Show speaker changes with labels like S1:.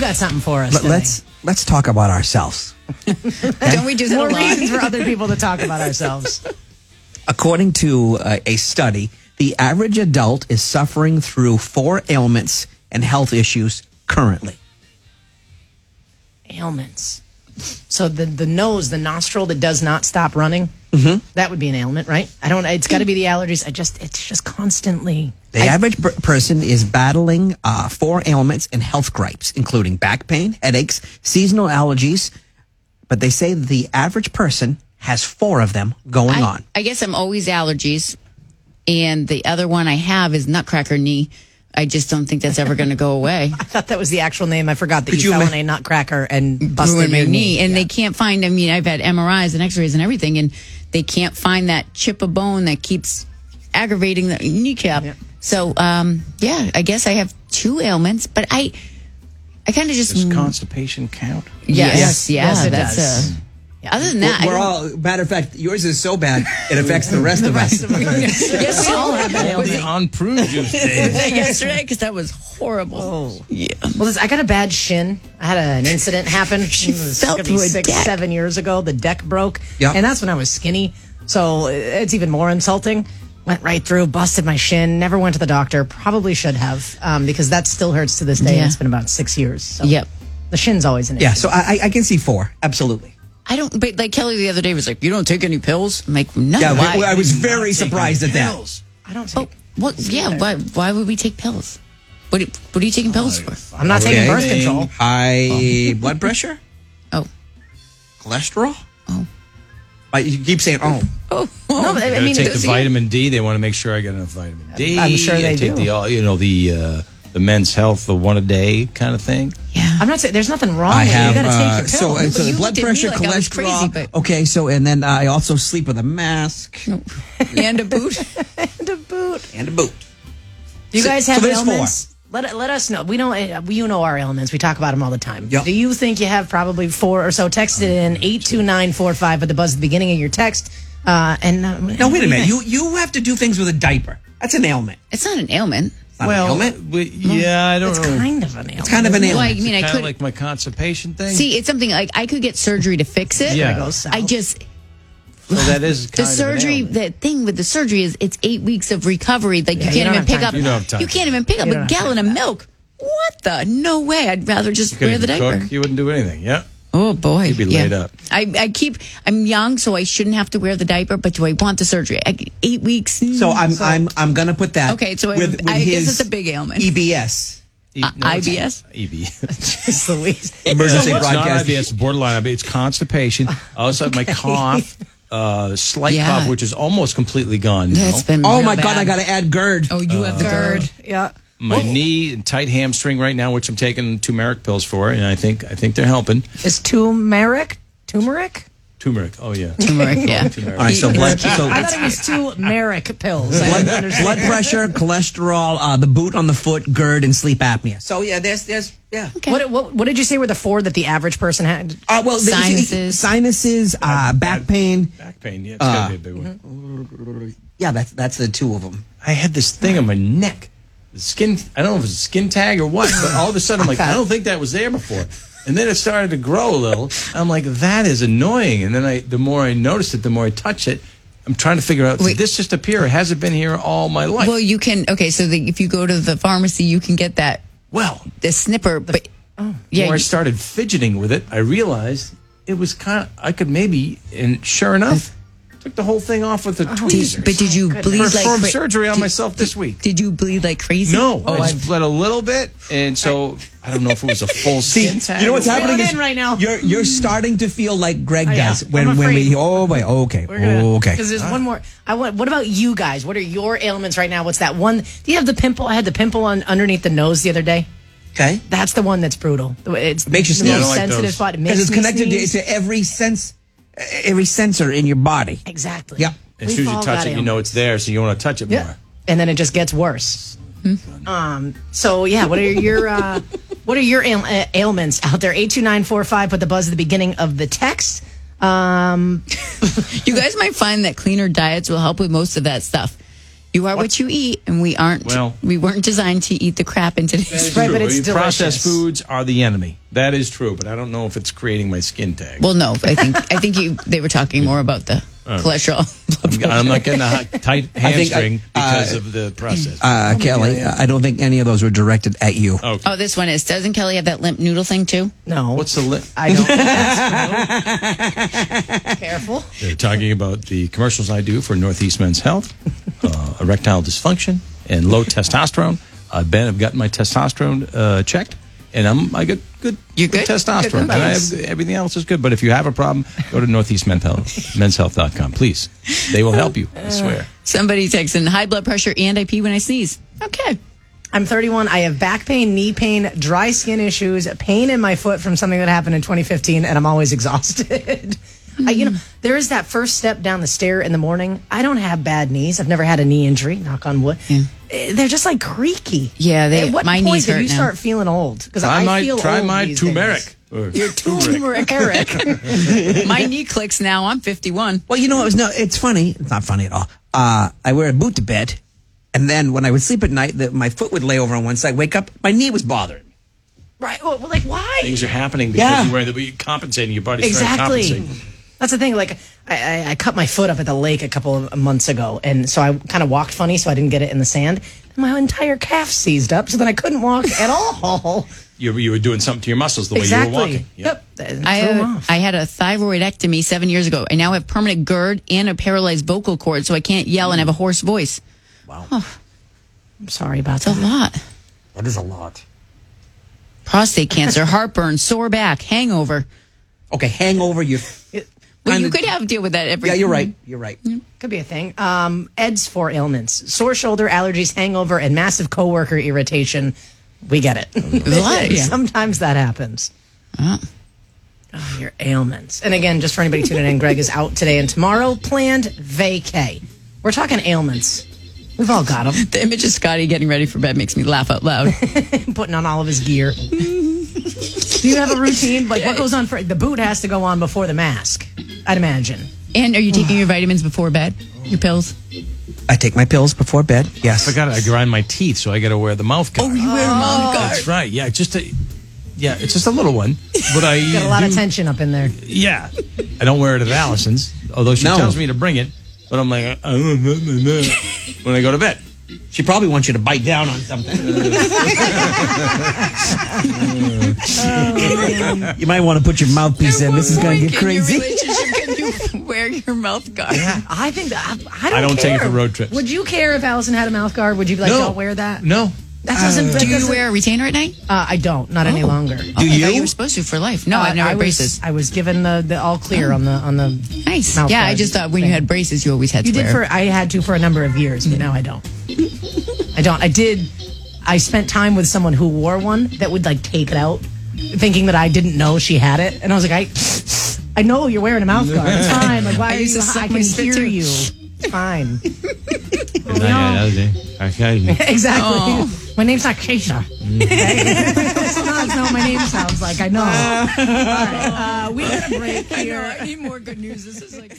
S1: got something for us.
S2: But
S1: today.
S2: let's let's talk about ourselves.
S3: Don't we do that
S1: more
S3: a lot?
S1: reasons for other people to talk about ourselves.
S2: According to uh, a study, the average adult is suffering through four ailments and health issues currently.
S1: Ailments. So the the nose, the nostril that does not stop running,
S2: Mm-hmm.
S1: that would be an ailment, right? I don't. It's got to be the allergies. I just. It's just constantly.
S2: The average per- person is battling uh, four ailments and health gripes, including back pain, headaches, seasonal allergies. But they say the average person has four of them going
S3: I,
S2: on.
S3: I guess I'm always allergies, and the other one I have is nutcracker knee. I just don't think that's ever going to go away.
S1: I thought that was the actual name. I forgot that
S2: Could
S1: you,
S2: you
S1: fell
S2: ima-
S1: in a nutcracker and busted
S3: ruined my
S1: your
S3: knee, and they can't find. I mean, I've had MRIs and X-rays and everything, and they can't find that chip of bone that keeps aggravating the kneecap.
S1: Yep.
S3: So, um, yeah, I guess I have two ailments, but I, I kind of just
S4: Does constipation count?
S3: yes, yeah,
S1: Yes, it
S3: that's
S1: does.
S3: uh, Other than that, I
S2: We're
S3: don't-
S2: all, matter of fact, yours is so bad, it affects the rest of us.
S3: yes, we all have that. Was
S4: The
S3: it
S4: unpruned juice day.
S3: yesterday? Because that was horrible.
S1: Well, this, I got a bad shin. I had a, an incident happen. She was
S3: fell
S1: gonna be
S3: through a
S1: six,
S3: deck.
S1: seven years ago. The deck broke,
S2: Yeah.
S1: and that's when I was skinny. So uh, it's even more insulting. Went right through, busted my shin. Never went to the doctor. Probably should have, um, because that still hurts to this day. and
S3: Yeah.
S1: It's been about six years. So
S3: Yep.
S1: the shin's always an issue.
S2: Yeah, so I, I- I can see four, absolutely.
S3: I don't. But like Kelly the other day was like, "You don't take any pills." I'm like, "No,
S2: Yeah,
S3: why?"
S2: we- I was very surprised at that.
S1: I don't
S3: Oh,
S1: take.
S3: well, yeah. Why? Why would we take pills? What? do- What are you taking pills for?
S1: I'm not taking birth control.
S2: High blood pressure,
S3: Oh,
S2: cholesterol. Oh, you keep saying oh.
S1: No, but I, I
S4: I
S1: mean,
S4: take the
S1: those-
S4: vitamin D. They want to make sure I get enough vitamin D.
S1: I'm sure they
S4: I take
S1: do.
S4: The, all- you know the uh, the men's health, the one a day kind of thing.
S3: yeah.
S1: I'm not saying there's nothing wrong
S2: I
S1: with
S2: have
S1: it. You gotta take your
S2: uh,
S1: pill.
S2: so uh, so
S3: You
S2: blood
S3: looked at me
S2: pressure,
S3: like I was crazy,
S2: cholesterol.
S3: but-
S2: Okay, so and then uh, I also sleep with a mask
S3: Oh. and a boot.
S1: to boot.
S2: and a boot.
S1: Do you
S2: So-
S1: guys
S2: so
S1: have
S2: there's four.
S1: ailments? Let, let us know. We don't. Uh, you know our ailments. We talk about them all the time.
S2: Yep.
S1: Do you think you have probably four or so? Text it in eight two nine four five at the buzz at the beginning of your text. Uh, and uh,
S2: No, wait a minute. You you have to do things with a diaper. That's an ailment.
S3: It's not an ailment.
S2: It's not an ailment.
S4: we- yeah, I don't
S1: It's
S4: know.
S1: kind of an ailment.
S2: kind of an
S3: Well, I
S2: ailment.
S3: mean, I
S4: kind of
S3: could
S4: like my constipation thing.
S3: see. It's something like I could get surgery to fix it.
S4: Yeah.
S1: goes south.
S3: I just
S4: so that is
S3: the
S4: kind
S3: surgery.
S4: Of an ailment.
S3: The thing with the surgery is it's eight weeks of recovery. Like you
S1: you
S3: can't
S1: don't
S3: even
S1: have
S3: pick
S1: time
S3: up.
S1: for You
S4: don't have time.
S3: you can't even pick up
S1: You don't
S3: a
S1: have
S3: gallon of milk. What the? No way. I'd rather just wear the
S4: Couldn't
S3: diaper.
S4: cook, You wouldn't do anything. Yeah.
S3: Oh boy,
S4: You'd be laid up.
S3: I, I keep. I'm young, so I shouldn't have to wear the diaper. But do I want the surgery? I, eight weeks. Mm.
S2: so I'm I'm I'm gonna put that.
S3: Okay, so I-
S2: with, with
S3: I guess
S2: his
S3: it's a big ailment.
S2: EBS.
S4: E- no, it's-
S3: IBS?
S4: EBS.
S1: It's the least.
S2: Emergency
S4: No, it's not
S2: broadcast.
S4: IBS, it's borderline IBS. It's constipation. I also have my cough, uh, slight
S3: Yeah.
S4: cough, which is almost completely gone. now.
S3: That's been.
S2: Oh
S3: real
S2: my god!
S3: bad.
S2: I gotta add GERD.
S3: Oh, you have the GERD.
S1: Yeah. Oh,
S4: my knee and tight hamstring right now, which I'm taking turmeric pills for, and I think I think they're helping.
S1: Is turmeric turmeric?
S4: Turmeric. Oh yeah.
S3: Turmeric. Yeah.
S2: All right, so blood. So
S1: I thought it was turmeric pills. I
S2: blood,
S1: didn't understand.
S2: blood pressure, cholesterol, uh, the boot on the foot, GERD, and sleep apnea. So yeah, there's there's yeah.
S3: Okay.
S1: What, what, what did you say were the four that the average person had?
S2: Uh, well, the-
S3: Sinuses.
S2: sinuses, uh, back pain.
S4: Back pain. Yeah, it's
S2: uh,
S4: gotta be a big one.
S2: Yeah, that's that's the two of them.
S4: I had this thing on my neck, the skin. I don't know if it's a skin tag or what, but all of a sudden I'm like, I don't think that was there before. And then it started to grow a little. I'm like, that is annoying. And then I, the more I noticed it, the more I touch it. I'm trying to figure out,
S3: Wait.
S4: did this just appear? Has it been here all my life?
S3: Well, you can. Okay, so the, if you go to the pharmacy, you can get that
S4: well
S3: the oh. snipper. But yeah,
S4: Before I
S3: you-
S4: started fidgeting with it, I realized it was kind of, I could maybe, and sure enough, took the whole thing off with a tweezers.
S3: but did you bleed like
S4: Performed
S3: cra-
S4: surgery on
S3: did-
S4: myself this week.
S3: Did you bleed like crazy?
S4: No,
S3: Oh,
S4: I
S3: I,
S4: just bled a little bit, and so I don't know if it was a full skin tag.
S2: You know what's
S4: or what.
S2: happening
S1: Reel it
S2: is
S1: in right now. Oh,
S2: You're you're starting to feel like Greg
S1: yeah.
S2: does
S1: I'm
S2: when when we.
S1: afraid.
S2: Oh wait. Okay. Oh, okay.
S1: Because there's one more. I want. What about you guys? What are your ailments right now? What's that one? Do you have the pimple? I had the pimple on underneath the nose the other day.
S2: Okay.
S1: That's the one that's brutal. It's
S2: Makes you
S1: the
S2: sneeze.
S1: most
S2: Yeah, I
S4: like
S1: sensitive
S4: those.
S1: spot. It
S2: Because
S1: makes
S2: it's
S1: me
S2: connected to,
S1: sneeze.
S2: to every sense, every sensor in your body. Uh,
S1: exactly.
S2: Yeah.
S4: As soon as you touch it, you know it's there, so you want to touch it
S1: Yeah.
S4: more.
S1: And then it just gets worse.
S2: Hmm?
S1: Um. So yeah, what are your uh, what are your ail- uh, ailments out there? Eight two nine four five. Put the buzz at the beginning of the text. Um.
S3: you guys might find that cleaner diets will help with most of that stuff. You are what you eat, and we aren't.
S4: Well-
S3: we weren't designed to eat the crap in today's.
S1: Right,
S4: True.
S1: but it's
S4: I mean,
S1: delicious.
S4: Processed foods are the enemy. That is true, but I don't know if it's creating my skin tag.
S3: Well, no, I think I think you. They were talking more about the
S2: Oh.
S3: cholesterol.
S4: I'm, I'm not getting a hot, tight
S2: I think I-
S4: hamstring because of the processed.
S1: Oh
S2: Uh, Kelly, I don't think any of those were directed at you.
S3: oh, this one is. Doesn't Kelly have that limp noodle thing too?
S1: No.
S4: What's the li-
S1: I don't. Careful.
S4: They're talking about the commercials I do for Northeast Men's Health, uh, erectile dysfunction, and low testosterone. I've been, I've gotten my testosterone uh, checked, and I'm I got good,
S3: You're
S4: good
S3: good?
S4: testosterone.
S3: Good
S4: and I
S3: numbers.
S4: have, everything else is good. But if you have a problem, go to Northeast Men's Health, Men's Health.com, please. They will help you.
S1: Uh,
S4: I swear.
S3: Somebody texts in high blood pressure and I pee when I sneeze. Okay.
S1: I'm 31. I have back pain, knee pain, dry skin issues, pain in my foot from something that happened in 2015, and I'm always exhausted. I, you know, there is that first step down the stair in the morning. I don't have bad knees. I've never had a knee injury. Knock on wood. Eh, They're just like creaky.
S3: Yeah, they-
S1: At what
S3: my
S1: point
S3: knees
S1: did
S3: hurt
S1: you
S3: now.
S1: start feeling old? Because
S4: Try
S1: I
S4: my
S1: feel
S4: try
S1: old
S4: my
S1: these
S4: turmeric.
S1: days.
S4: Or
S3: Your turmeric. Eric. My knee clicks now. I'm 51.
S2: Well, you know, it was no. It's funny. It's not funny at all. Uh, I wear a boot to bed, and then when I would sleep at night, the, my foot would lay over on one side. Wake up, my knee was bothering me.
S1: Right. Well, like why?
S4: Things are happening because
S2: Yeah.
S4: you're wearing the, you're compensating. Your body's trying to
S1: Exactly.
S4: compensate.
S1: That's the thing. Like, I, I, I cut my foot up at the lake a couple of months ago, and so I kind of walked funny, so I didn't get it in the sand. And my entire calf seized up, so then I couldn't walk at all.
S4: You, you were doing something to your muscles the
S1: exactly.
S4: way you were walking. Yeah.
S1: Yep. That
S3: I,
S1: threw 'em
S3: uh,
S1: off.
S3: I had a thyroidectomy seven years ago. I now have permanent GERD and a paralyzed vocal cord, so I can't yell and have a hoarse voice.
S1: I'm sorry about
S3: It's
S1: that.
S3: a lot.
S2: That is a lot.
S3: Prostate cancer, heartburn, sore back, hangover.
S2: Okay, hangover. You.
S3: Well, you
S2: Kinda-
S3: could have deal with that every.
S2: Yeah, you're right. You're right.
S1: Could be a thing. Um, Ed's four ailments: sore shoulder, allergies, hangover, and massive coworker irritation. We get it.
S3: There's a lot, yeah.
S1: Sometimes that happens.
S3: Mm-hmm.
S1: Oh, your ailments. And again, just for anybody tuning in, Greg is out today and tomorrow. Planned vacay. We're talking ailments. We've all got them.
S3: The image of Scotty getting ready for bed makes me laugh out loud.
S1: Putting on all of his gear. Do you have a routine? Like what goes on for the boot has to go on before the mask. I'd imagine.
S3: and are you taking your vitamins before bed? Your pills?
S2: I take my pills before bed. Yes.
S4: I got I grind my teeth, so I got to wear the mouth guard.
S3: wear
S1: Oh.
S3: a mom
S4: That's right. Yeah, just a yeah, it's just a little one. But I
S1: Got a lot of
S4: do-
S1: tension up in there.
S4: Yeah, I don't wear it at Allison's, although she
S2: No.
S4: tells me to bring it. But I'm like, uh, uh, uh, uh, uh, when I go to bed,
S2: She probably wants you to bite down on something. you might want to put your mouthpiece in. This is going to get
S3: Your
S2: crazy.
S3: relationship can you wear your mouth guard?
S1: I think that I, I don't.
S4: I don't take
S1: care.
S4: it for road trips.
S1: Would you care if Allison had a mouth guard? Would you be like,
S4: No.
S1: don't wear that?
S4: no,
S1: That doesn't. that
S3: Do you
S1: doesn't-
S3: wear a retainer at night?
S1: Uh, I don't. Not
S4: Oh.
S1: any longer.
S3: Do I thought
S2: you?
S3: you were supposed to for life. No,
S1: Uh,
S3: I've never
S1: I
S3: had
S1: was,
S3: braces.
S1: I was given the, the all clear on the on the.
S3: Nice.
S1: mouth
S3: yeah, I
S1: guard
S3: just thought when
S1: thing.
S3: you had braces, you always had
S1: You
S3: to
S1: did
S3: wear.
S1: for I had to for a number of years, but now I don't. I don't. I did. I spent time with someone who wore one that would like take it out, thinking that I didn't know she had it, and I was like, I, I know you're wearing a mouth guard. It's fine. Like why
S3: I
S1: are
S3: used
S1: you?
S3: to suck
S1: I
S3: my
S1: can
S3: spit
S1: hear
S3: too.
S1: you. It's fine. Oh,
S4: I
S1: Exactly.
S3: Oh.
S1: My name's not Keisha. Sometimes no, my name sounds like I know. All right. Uh, we got a break here.
S3: need more good news. This is like.